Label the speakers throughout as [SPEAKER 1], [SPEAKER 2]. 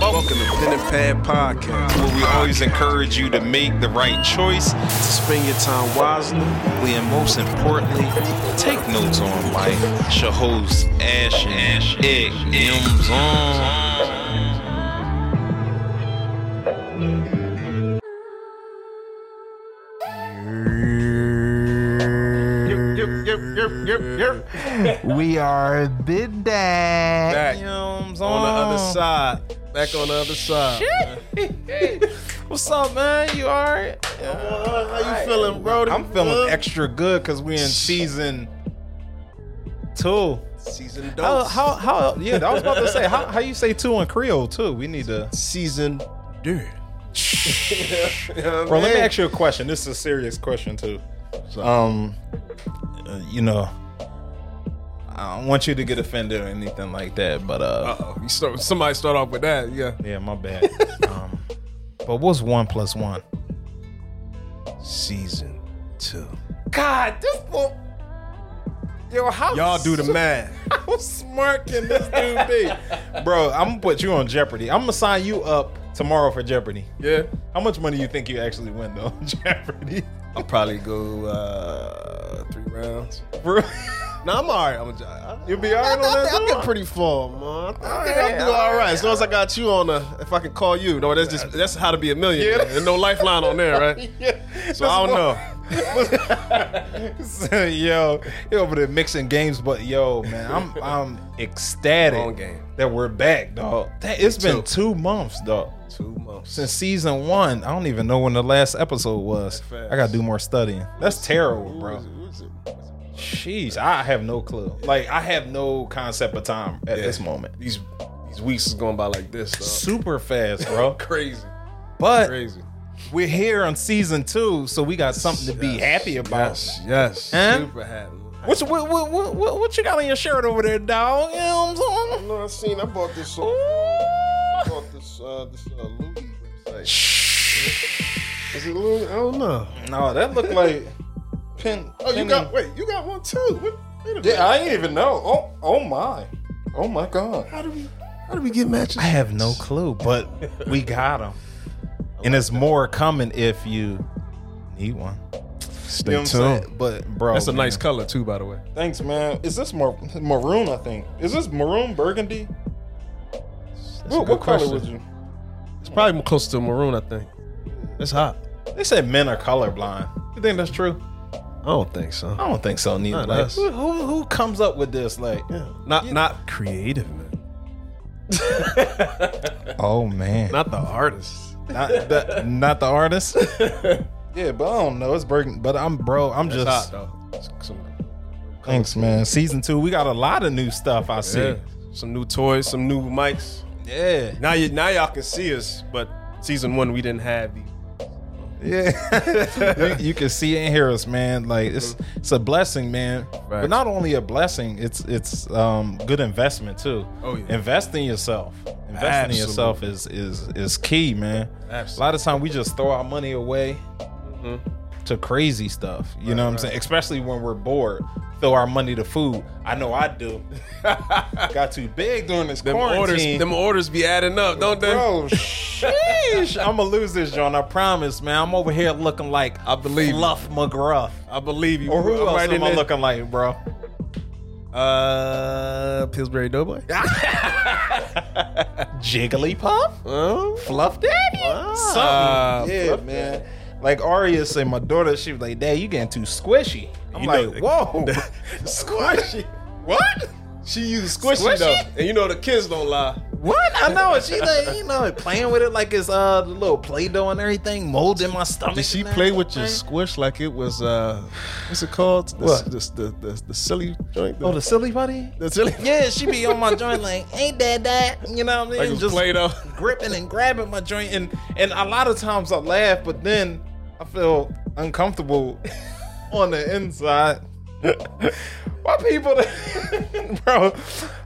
[SPEAKER 1] Pen and Pad Podcast.
[SPEAKER 2] where we always encourage you to make the right choice.
[SPEAKER 1] To spend your time wisely,
[SPEAKER 2] We, and most importantly, take notes on life. It's your host, Ash Ash Egg M's on.
[SPEAKER 3] We are bid that.
[SPEAKER 1] back
[SPEAKER 2] M's
[SPEAKER 1] on the other side. Back on the other side.
[SPEAKER 2] What's up, man? You alright?
[SPEAKER 1] How you feeling, bro?
[SPEAKER 2] I'm feeling extra good because we're in season two.
[SPEAKER 1] Season
[SPEAKER 2] How,
[SPEAKER 1] dose.
[SPEAKER 2] how, how, yeah, I was about to say, how, how you say two in Creole, too? We need to.
[SPEAKER 1] Season dude.
[SPEAKER 2] Bro, let me ask you a question. This is a serious question too. Um, uh, you know, I don't want you to get offended or anything like that, but uh,
[SPEAKER 1] Uh-oh. You start, somebody start off with that. Yeah.
[SPEAKER 2] yeah, my bad. um, but what's one plus one?
[SPEAKER 1] Season two.
[SPEAKER 2] God, this boy. Yo, how
[SPEAKER 1] Y'all do the math.
[SPEAKER 2] how smart can this dude be, bro? I'm gonna put you on Jeopardy. I'm gonna sign you up tomorrow for Jeopardy.
[SPEAKER 1] Yeah.
[SPEAKER 2] How much money you think you actually win though, on Jeopardy?
[SPEAKER 1] I'll probably go uh three rounds.
[SPEAKER 2] Bro,
[SPEAKER 1] No, I'm all right. I'm a, I,
[SPEAKER 2] you'll be
[SPEAKER 1] I,
[SPEAKER 2] alright on
[SPEAKER 1] I,
[SPEAKER 2] that.
[SPEAKER 1] think I'll
[SPEAKER 2] too?
[SPEAKER 1] get pretty far, man. I think
[SPEAKER 2] right,
[SPEAKER 1] I'll do
[SPEAKER 2] all
[SPEAKER 1] all right. As long as I got you on the, if I can call you. No, that's just that's how to be a millionaire.
[SPEAKER 2] Yeah.
[SPEAKER 1] There's no lifeline on there, right?
[SPEAKER 2] Yeah.
[SPEAKER 1] So I don't know.
[SPEAKER 2] know. yo, he over there mixing games, but yo, man, I'm I'm
[SPEAKER 1] Long
[SPEAKER 2] ecstatic
[SPEAKER 1] game.
[SPEAKER 2] that we're back, dog. That, it's
[SPEAKER 1] Me
[SPEAKER 2] been two months, dog,
[SPEAKER 1] Two months.
[SPEAKER 2] since season one. I don't even know when the last episode was.
[SPEAKER 1] fast.
[SPEAKER 2] I gotta do more studying. That's terrible,
[SPEAKER 1] Who
[SPEAKER 2] bro.
[SPEAKER 1] is it? Who is it?
[SPEAKER 2] Jeez, I have no clue. Like I have no concept of time at
[SPEAKER 1] Yeah.
[SPEAKER 2] this moment.
[SPEAKER 1] These these weeks is going by like this, dog.
[SPEAKER 2] Super fast, bro.
[SPEAKER 1] Crazy,
[SPEAKER 2] But
[SPEAKER 1] crazy.
[SPEAKER 2] we're here on season two, so we got something to be happy about.
[SPEAKER 1] yes.
[SPEAKER 2] Huh?
[SPEAKER 1] Super happy.
[SPEAKER 2] What, what, what, what, what, what you got on your shirt over there, dog? You know what I'm
[SPEAKER 4] No, I seen. I bought this. Uh,
[SPEAKER 2] saying?
[SPEAKER 4] bought this. Uh, this uh, Louis website. Is it Louis? I don't know.
[SPEAKER 2] No, that looked like pin.
[SPEAKER 4] Oh, you got. Wait, you got one too. What, wait a minute.
[SPEAKER 2] Yeah, I didn't even know. Oh, oh my. Oh my God.
[SPEAKER 4] How do we? How do we get matches?
[SPEAKER 2] I have no clue, but we got them, and it's more coming if you need one.
[SPEAKER 1] Stay
[SPEAKER 2] You know what I'm saying? But bro,
[SPEAKER 1] That's a
[SPEAKER 2] man.
[SPEAKER 1] nice color too, by the way.
[SPEAKER 2] Thanks, man. Is this mar- maroon? I think. Is this maroon burgundy? What, what color would you?
[SPEAKER 1] It's probably close to maroon, I think. It's hot.
[SPEAKER 2] They said men are colorblind. You think that's true?
[SPEAKER 1] I don't think so.
[SPEAKER 2] I don't think so neither.
[SPEAKER 1] Not
[SPEAKER 2] Like,
[SPEAKER 1] us.
[SPEAKER 2] who, who who comes up with this? Like,
[SPEAKER 1] Not not creative, man.
[SPEAKER 2] oh man, not
[SPEAKER 1] Not the artist.
[SPEAKER 2] not the, not the artist. yeah, but I don't know. It's Bergen, but I'm bro. I'm
[SPEAKER 1] It's hot
[SPEAKER 2] just
[SPEAKER 1] though. Some,
[SPEAKER 2] thanks, man. Season two, we got a lot of new stuff. I see.
[SPEAKER 1] yeah. some new toys, some new mics.
[SPEAKER 2] Yeah,
[SPEAKER 1] Now you now y'all can see us, but season one we didn't have these.
[SPEAKER 2] yeah. you, you can see and hear us, man. Like it's it's a blessing, man. But
[SPEAKER 1] Facts.
[SPEAKER 2] not only a blessing, it's it's um good investment too.
[SPEAKER 1] Oh, yeah.
[SPEAKER 2] invest in yourself. Investing in yourself is is is key, man.
[SPEAKER 1] Absolutely.
[SPEAKER 2] A lot of time we just throw our money away
[SPEAKER 1] Mm-hmm.
[SPEAKER 2] to crazy stuff. You know what I'm saying? Especially when we're bored. Throw our money to food. I know I do. Got too big during this
[SPEAKER 1] Them
[SPEAKER 2] quarantine.
[SPEAKER 1] orders, them orders be adding up, don't they?
[SPEAKER 2] Bro, sheesh. I'm gonna lose this, John. I promise, man. I'm over here looking like I
[SPEAKER 1] believe you.
[SPEAKER 2] Fluff McGruff.
[SPEAKER 1] I believe you.
[SPEAKER 2] Or who
[SPEAKER 1] I'm
[SPEAKER 2] else
[SPEAKER 1] right in
[SPEAKER 2] am I
[SPEAKER 1] there.
[SPEAKER 2] looking like, bro?
[SPEAKER 1] Uh, Pillsbury Doughboy.
[SPEAKER 2] Jigglypuff,
[SPEAKER 1] Oh,
[SPEAKER 2] Fluff Daddy, something.
[SPEAKER 1] Uh,
[SPEAKER 2] Ah, yeah, man. Like Aria said, my daughter, she was like, "Dad, you getting too squishy." I'm
[SPEAKER 1] You know-
[SPEAKER 2] like, "Whoa, squishy? What?
[SPEAKER 1] she used squishy,
[SPEAKER 2] Squishy?
[SPEAKER 1] though, and you know the kids don't lie.
[SPEAKER 2] What? I know." She like, you know, playing with it like it's uh the little play doh and everything, molds in my stomach.
[SPEAKER 4] Did she
[SPEAKER 2] and
[SPEAKER 4] play with your
[SPEAKER 2] everything.
[SPEAKER 4] squish like it was uh, what's it called? The,
[SPEAKER 2] What?
[SPEAKER 4] The, the, the, the silly joint. The,
[SPEAKER 2] Oh, the silly buddy.
[SPEAKER 4] the silly.
[SPEAKER 2] Yeah, she be on my joint like, ain't that that? You know what I mean?
[SPEAKER 1] Like it was Play-Doh.
[SPEAKER 2] gripping and grabbing my joint, and and a lot of times I laugh, but then I feel uncomfortable on the inside. Why people, that- bro?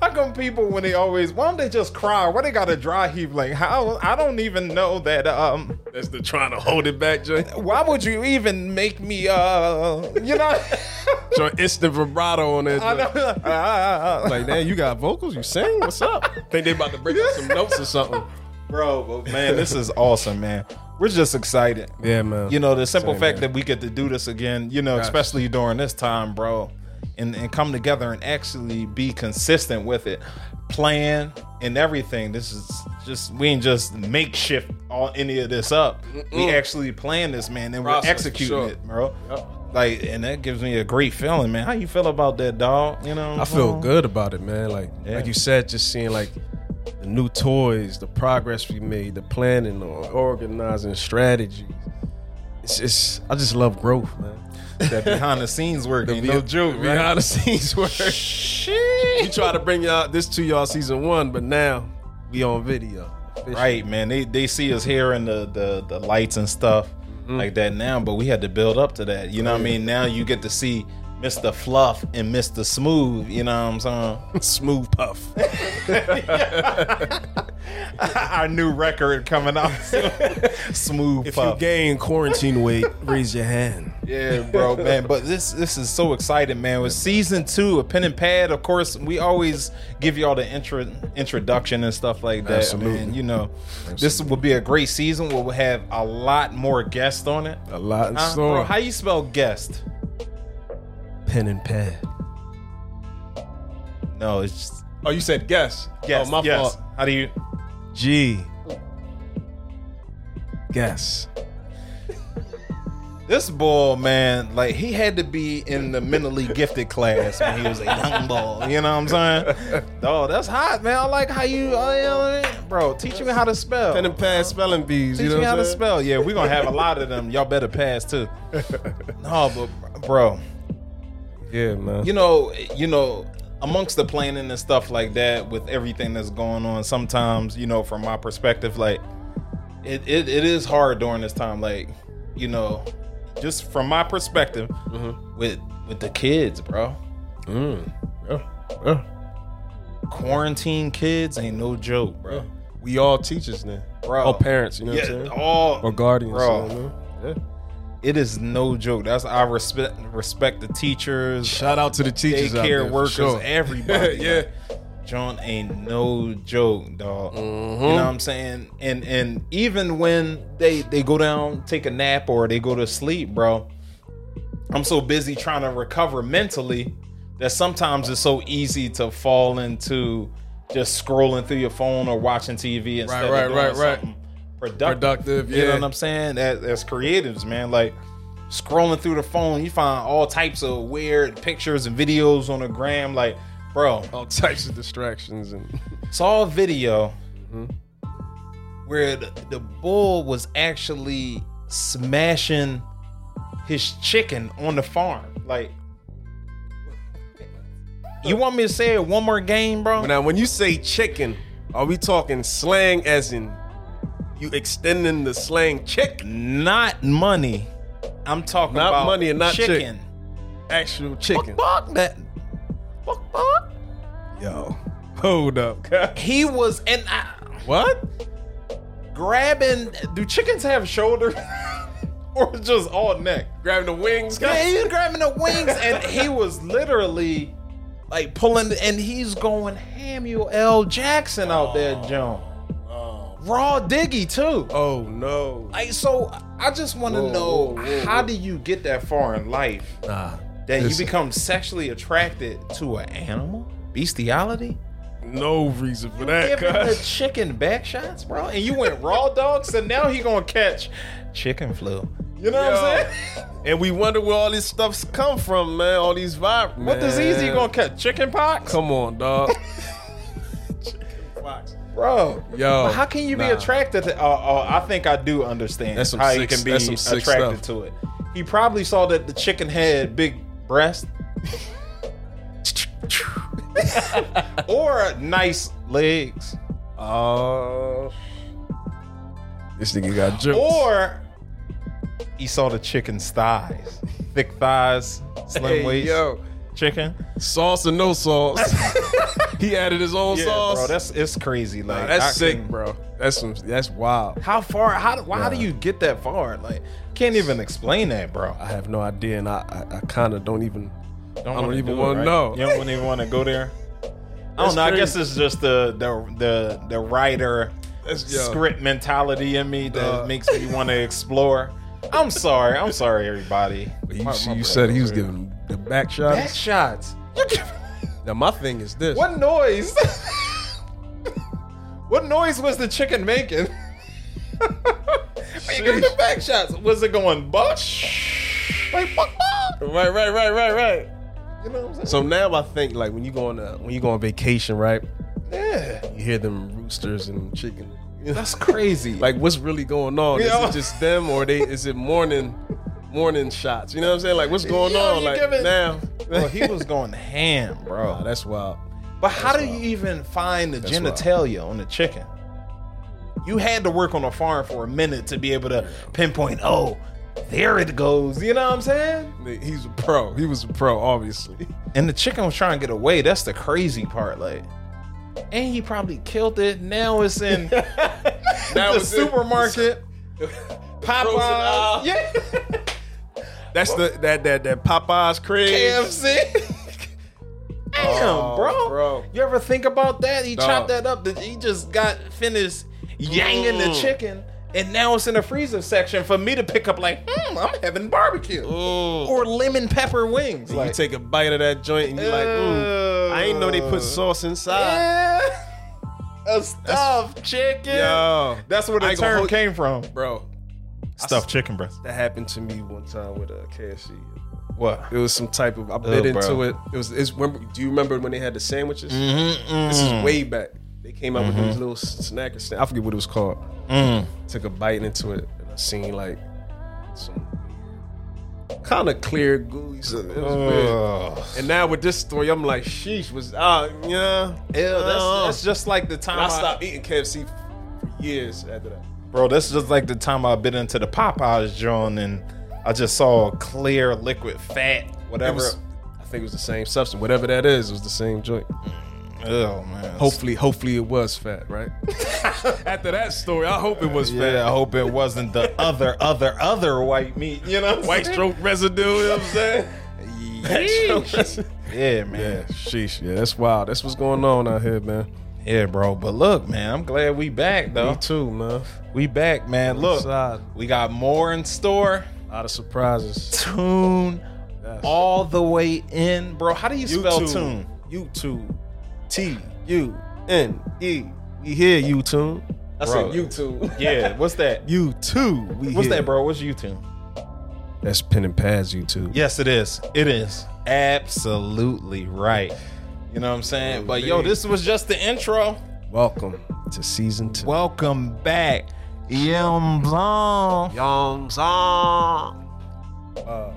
[SPEAKER 2] How come people when they always why don't they just cry? Why they got to dry heave? Like how? I don't even know that. Um,
[SPEAKER 1] That's the trying to hold it back, Joy.
[SPEAKER 2] why would you even make me? Uh, you know.
[SPEAKER 1] Joy, instant vibrato on that.
[SPEAKER 2] I
[SPEAKER 1] joint.
[SPEAKER 2] know.
[SPEAKER 1] Like, damn, you got vocals? You sing? What's up? Think they about to break up some notes or something?
[SPEAKER 2] Bro, but man, this is awesome, man. We're just excited.
[SPEAKER 4] Yeah, man.
[SPEAKER 2] You know, the simple
[SPEAKER 4] Same
[SPEAKER 2] fact
[SPEAKER 4] here.
[SPEAKER 2] that we get to do this again, you know, especially during this time, bro, and, and come together and actually be consistent with it, plan and everything. This is just, we ain't just makeshift all any of this up. We actually plan this, man, and
[SPEAKER 1] Process,
[SPEAKER 2] we're executing
[SPEAKER 1] sure.
[SPEAKER 2] it, bro. Like, and that gives me a great feeling, man. How you feel about that, dog? You know,
[SPEAKER 1] I feel good about it, man. Like
[SPEAKER 2] Yeah.
[SPEAKER 1] like you said, just seeing like the new toys, the progress we made, the planning, the organizing, strategies. It's just I just love growth, man.
[SPEAKER 2] that behind the scenes work. Ain't no joke,
[SPEAKER 1] Behind
[SPEAKER 2] right?
[SPEAKER 1] the scenes work. We try to bring y'all this to y'all season one, but now we on video.
[SPEAKER 2] Right, man. They they see us here in the the, the lights and stuff
[SPEAKER 1] Mm.
[SPEAKER 2] like that now, but we had to build up to that. You know what I mean? Now you get to see Mr. Fluff and Mr. Smooth, you know what I'm saying?
[SPEAKER 1] Smooth puff.
[SPEAKER 2] Our new record coming out. soon. Smooth
[SPEAKER 1] If you
[SPEAKER 2] Puff.
[SPEAKER 1] gain quarantine weight, raise your hand.
[SPEAKER 2] yeah, bro, man. But this this is so exciting, man. With season two of Pen and Pad, of course, we always give y'all the intro introduction and stuff like that.
[SPEAKER 1] Absolutely.
[SPEAKER 2] Man. You know, this will be a great season where we'll have a lot more guests on it.
[SPEAKER 1] A lot in
[SPEAKER 2] Uh,
[SPEAKER 1] store.
[SPEAKER 2] bro, how you spell guest?
[SPEAKER 1] Pen and pad.
[SPEAKER 2] No, it's just
[SPEAKER 1] Oh, you said guess.
[SPEAKER 2] guest.
[SPEAKER 1] Oh, my
[SPEAKER 2] yes.
[SPEAKER 1] fault.
[SPEAKER 2] How do you?
[SPEAKER 1] G. Guess.
[SPEAKER 2] This ball man, like he had to be in the mentally gifted class when he was a young ball. You know what I'm saying? Oh, that's hot, man. I like how you, oh, you know what I mean? bro. Teach me how to spell.
[SPEAKER 4] Pen and pad spelling bees.
[SPEAKER 2] Teach
[SPEAKER 4] You know
[SPEAKER 2] me
[SPEAKER 4] what
[SPEAKER 2] how
[SPEAKER 4] I'm
[SPEAKER 2] to
[SPEAKER 4] saying?
[SPEAKER 2] spell. Yeah, we're gonna have a lot of them. Y'all better pass too. No, but bro,
[SPEAKER 1] Yeah, man.
[SPEAKER 2] you know, you know, amongst the planning and stuff like that, with everything that's going on, sometimes, you know, from my perspective, like it it, it is hard during this time. Like, you know, just from my perspective, with with the kids, bro.
[SPEAKER 1] Mm.
[SPEAKER 2] Quarantine kids ain't no joke, bro.
[SPEAKER 1] We all teachers now.
[SPEAKER 2] Bro.
[SPEAKER 1] All parents, you know what I'm
[SPEAKER 2] Yeah,
[SPEAKER 1] saying?
[SPEAKER 2] all
[SPEAKER 1] Or guardians.
[SPEAKER 2] Bro.
[SPEAKER 1] you know what I mean?
[SPEAKER 2] it is no joke. That's I respect respect the teachers,
[SPEAKER 1] Shout out to the teachers. out there,
[SPEAKER 2] daycare
[SPEAKER 1] for
[SPEAKER 2] workers,
[SPEAKER 1] sure.
[SPEAKER 2] everybody.
[SPEAKER 1] Yeah.
[SPEAKER 2] Like, John ain't no joke, dog.
[SPEAKER 1] Mm-hmm.
[SPEAKER 2] You know what I'm saying? And and even when they they go down, take a nap, or they go to sleep, bro. I'm so busy trying to recover mentally that sometimes it's so easy to fall into just scrolling through your phone or watching TV
[SPEAKER 1] Right,
[SPEAKER 2] instead
[SPEAKER 1] right,
[SPEAKER 2] of doing
[SPEAKER 1] right, right.
[SPEAKER 2] something productive.
[SPEAKER 1] Productive,
[SPEAKER 2] You know
[SPEAKER 1] yeah.
[SPEAKER 2] what I'm saying? As, as creatives, man, like scrolling through the phone, you find all types of weird pictures and videos on the gram. Like, bro,
[SPEAKER 1] All types of distractions and
[SPEAKER 2] saw a video
[SPEAKER 1] Mm-hmm.
[SPEAKER 2] where the, the bull was actually smashing his chicken on the farm. Like, you want me to say it one more game, bro?
[SPEAKER 1] now when you say chicken, are we talking slang as in you extending the slang chick?
[SPEAKER 2] Not money. I'm talking
[SPEAKER 1] Not
[SPEAKER 2] about
[SPEAKER 1] money and not chick.
[SPEAKER 2] chicken.
[SPEAKER 1] Actual chicken.
[SPEAKER 2] Fuck that. Fuck, fuck.
[SPEAKER 1] Yo. Hold up.
[SPEAKER 2] He was and I,
[SPEAKER 1] what?
[SPEAKER 2] grabbing. Do chickens have shoulders or just all neck?
[SPEAKER 1] Grabbing the wings,
[SPEAKER 2] Yeah, he was grabbing the wings, and he was literally like pulling, and he's going Samuel L. Jackson out there, John. Raw Diggy too.
[SPEAKER 1] Oh no.
[SPEAKER 2] Like, so I just want to
[SPEAKER 1] Whoa,
[SPEAKER 2] know
[SPEAKER 1] whoa, whoa,
[SPEAKER 2] how
[SPEAKER 1] whoa.
[SPEAKER 2] do you get that far in life
[SPEAKER 1] Nah.
[SPEAKER 2] that
[SPEAKER 1] Listen.
[SPEAKER 2] you become sexually attracted to an animal? Bestiality?
[SPEAKER 1] No reason for that.
[SPEAKER 2] Giving the
[SPEAKER 1] cuz.
[SPEAKER 2] chicken back shots, bro, and you went raw dog, so now he gonna catch chicken flu. You know what I'm
[SPEAKER 1] Yo.
[SPEAKER 2] saying?
[SPEAKER 1] And we wonder where all this stuff
[SPEAKER 4] Stuff's come from man. All these vibe.
[SPEAKER 2] What disease
[SPEAKER 1] Man.
[SPEAKER 2] you gonna catch? Chicken pox?
[SPEAKER 1] Come on, dog.
[SPEAKER 2] Bro,
[SPEAKER 1] Yo,
[SPEAKER 2] but how can you be
[SPEAKER 1] Oh, nah.
[SPEAKER 2] attracted to? Oh, oh, I think I do understand
[SPEAKER 1] That's some
[SPEAKER 2] how
[SPEAKER 1] sick-
[SPEAKER 2] you can be
[SPEAKER 1] that's some sick
[SPEAKER 2] attracted
[SPEAKER 1] stuff.
[SPEAKER 2] to it. He probably saw that the chicken had big breast, or nice legs,
[SPEAKER 1] Oh. this nigga got jokes.
[SPEAKER 2] or he saw the chicken's thighs, thick thighs, slim
[SPEAKER 1] Hey,
[SPEAKER 2] waist,
[SPEAKER 1] yo,
[SPEAKER 2] chicken.
[SPEAKER 1] sauce or no sauce? he added his own
[SPEAKER 2] Yeah,
[SPEAKER 1] sauce.
[SPEAKER 2] bro, that's it's crazy. Like
[SPEAKER 1] Nah, that's
[SPEAKER 2] I
[SPEAKER 1] sick,
[SPEAKER 2] can-
[SPEAKER 1] bro. That's some. That's wild.
[SPEAKER 2] How far? How? Why do
[SPEAKER 1] Nah.
[SPEAKER 2] you get that far? Like can't even explain that, bro.
[SPEAKER 1] I have no idea, and I, I, I kind of don't even. I don't
[SPEAKER 2] wanna
[SPEAKER 1] even
[SPEAKER 2] do it,
[SPEAKER 1] wanna
[SPEAKER 2] right?
[SPEAKER 1] know.
[SPEAKER 2] You don't even want to go there. I
[SPEAKER 1] That's
[SPEAKER 2] don't know. I
[SPEAKER 1] crazy.
[SPEAKER 2] guess it's Uh. just the the the the writer
[SPEAKER 4] That's yo.
[SPEAKER 2] script mentality in me that
[SPEAKER 4] Nah.
[SPEAKER 2] makes me want to explore. I'm sorry. I'm sorry, everybody.
[SPEAKER 1] You,
[SPEAKER 2] My-
[SPEAKER 1] see-
[SPEAKER 2] my
[SPEAKER 1] you
[SPEAKER 2] bad.
[SPEAKER 1] said he was giving the back shots.
[SPEAKER 2] back shots. You give-
[SPEAKER 1] Now my thing is this.
[SPEAKER 2] what noise? what noise was the chicken making? When you give the back shots. Was it going buck? Like buck, buck?
[SPEAKER 1] Right, right, right, right, right.
[SPEAKER 2] You know what I'm saying?
[SPEAKER 1] So now I think like when you go on a, when you go on vacation, right?
[SPEAKER 2] yeah,
[SPEAKER 1] You hear them roosters and chicken.
[SPEAKER 2] that's crazy.
[SPEAKER 1] Like what's really going on?
[SPEAKER 2] Yeah.
[SPEAKER 1] Is it just them or they? Is it morning morning shots? You know what I'm saying? Like what's going
[SPEAKER 2] Yo,
[SPEAKER 1] on?
[SPEAKER 2] you
[SPEAKER 1] Like
[SPEAKER 2] giving-
[SPEAKER 1] now.
[SPEAKER 2] Bro, he was going ham, bro.
[SPEAKER 1] Nah, that's wild.
[SPEAKER 2] But how do
[SPEAKER 1] wild.
[SPEAKER 2] you even find the
[SPEAKER 1] wild.
[SPEAKER 2] genitalia on the chicken? You had to work on a farm for a minute to be able to pinpoint, oh, there it goes. You know what I'm saying?
[SPEAKER 1] He's a pro. He was a pro, obviously.
[SPEAKER 2] And the chicken was trying to get away. That's the crazy part. Like, and he probably killed it. Now it's in the
[SPEAKER 1] was it.
[SPEAKER 2] supermarket. Popeyes.
[SPEAKER 1] aisle.
[SPEAKER 2] Yeah.
[SPEAKER 1] That's the that that that Popeyes craze.
[SPEAKER 2] KFC. Damn,
[SPEAKER 1] Oh,
[SPEAKER 2] bro.
[SPEAKER 1] bro.
[SPEAKER 2] You ever think about that? He
[SPEAKER 1] Dog.
[SPEAKER 2] chopped that up. that He just got finished yanging the
[SPEAKER 1] Mm.
[SPEAKER 2] chicken, and now it's in the freezer section for me to pick up. Like, hmm, I'm having barbecue
[SPEAKER 1] Mm.
[SPEAKER 2] or lemon pepper wings.
[SPEAKER 1] And
[SPEAKER 2] Like,
[SPEAKER 1] you take a bite of that joint and you're like, mm, I ain't know they put sauce inside.
[SPEAKER 2] yeah, a stuffed chicken.
[SPEAKER 1] Yo,
[SPEAKER 2] That's where
[SPEAKER 1] I
[SPEAKER 2] the
[SPEAKER 1] ain't gonna
[SPEAKER 2] term
[SPEAKER 1] hold-
[SPEAKER 2] came from.
[SPEAKER 1] bro,
[SPEAKER 2] Stuffed chicken breast.
[SPEAKER 1] that happened to me one time with uh, a KFC.
[SPEAKER 2] What?
[SPEAKER 1] It was some type of I bit
[SPEAKER 2] Oh, bro.
[SPEAKER 1] into it. It was. It's, remember, do you remember when they had the sandwiches? This
[SPEAKER 2] Mm-mm.
[SPEAKER 1] is way back. They came out with these little snack or snack. I forget what it was called.
[SPEAKER 2] Mm-hmm. Mm.
[SPEAKER 1] Took a bite into it and I seen like some kind of clear gooey. something. It was weird.
[SPEAKER 2] Ugh.
[SPEAKER 1] And now with this story, I'm like, sheesh, was ah yeah.
[SPEAKER 2] Ew, that's,
[SPEAKER 1] Uh-uh.
[SPEAKER 2] that's just like the time
[SPEAKER 1] And I stopped eating KFC for years after that.
[SPEAKER 2] Bro, that's just like the time I bit into the Popeyes joint and I just saw clear liquid fat,
[SPEAKER 1] It
[SPEAKER 2] whatever.
[SPEAKER 1] was, I think it was the same substance, whatever that is. It was the same joint.
[SPEAKER 2] oh man.
[SPEAKER 1] Hopefully, hopefully it was fat, right? After that story, I hope it was fat.
[SPEAKER 2] yeah, I hope it wasn't the other, other, other white meat. You know,
[SPEAKER 1] White stroke residue. You know what I'm saying?
[SPEAKER 2] Yeesh. Yeah,
[SPEAKER 1] Yeah,
[SPEAKER 2] man.
[SPEAKER 1] sheesh. Yeah, that's wild. That's what's going on out here, man.
[SPEAKER 2] Yeah. bro. But look, man, I'm glad we back
[SPEAKER 1] Me
[SPEAKER 2] though.
[SPEAKER 1] too, man.
[SPEAKER 2] We back, man. Look,
[SPEAKER 1] Side.
[SPEAKER 2] we got more in store.
[SPEAKER 1] A lot of surprises.
[SPEAKER 2] Tune all the way in, bro. How do you spell tune?
[SPEAKER 1] YouTube. T U N E. We here, YouTube. I
[SPEAKER 2] Bro.
[SPEAKER 1] said YouTube.
[SPEAKER 2] Yeah, what's that?
[SPEAKER 1] YouTube. We
[SPEAKER 2] What's
[SPEAKER 1] here.
[SPEAKER 2] that, bro? What's you tune?
[SPEAKER 1] That's pen and pads YouTube.
[SPEAKER 2] Yes, it is. It is. Absolutely right. You know what I'm saying? But yo, this was just the intro.
[SPEAKER 1] Welcome to season two.
[SPEAKER 2] Welcome back.
[SPEAKER 3] Yum blong.
[SPEAKER 1] Yom Zong. Uh,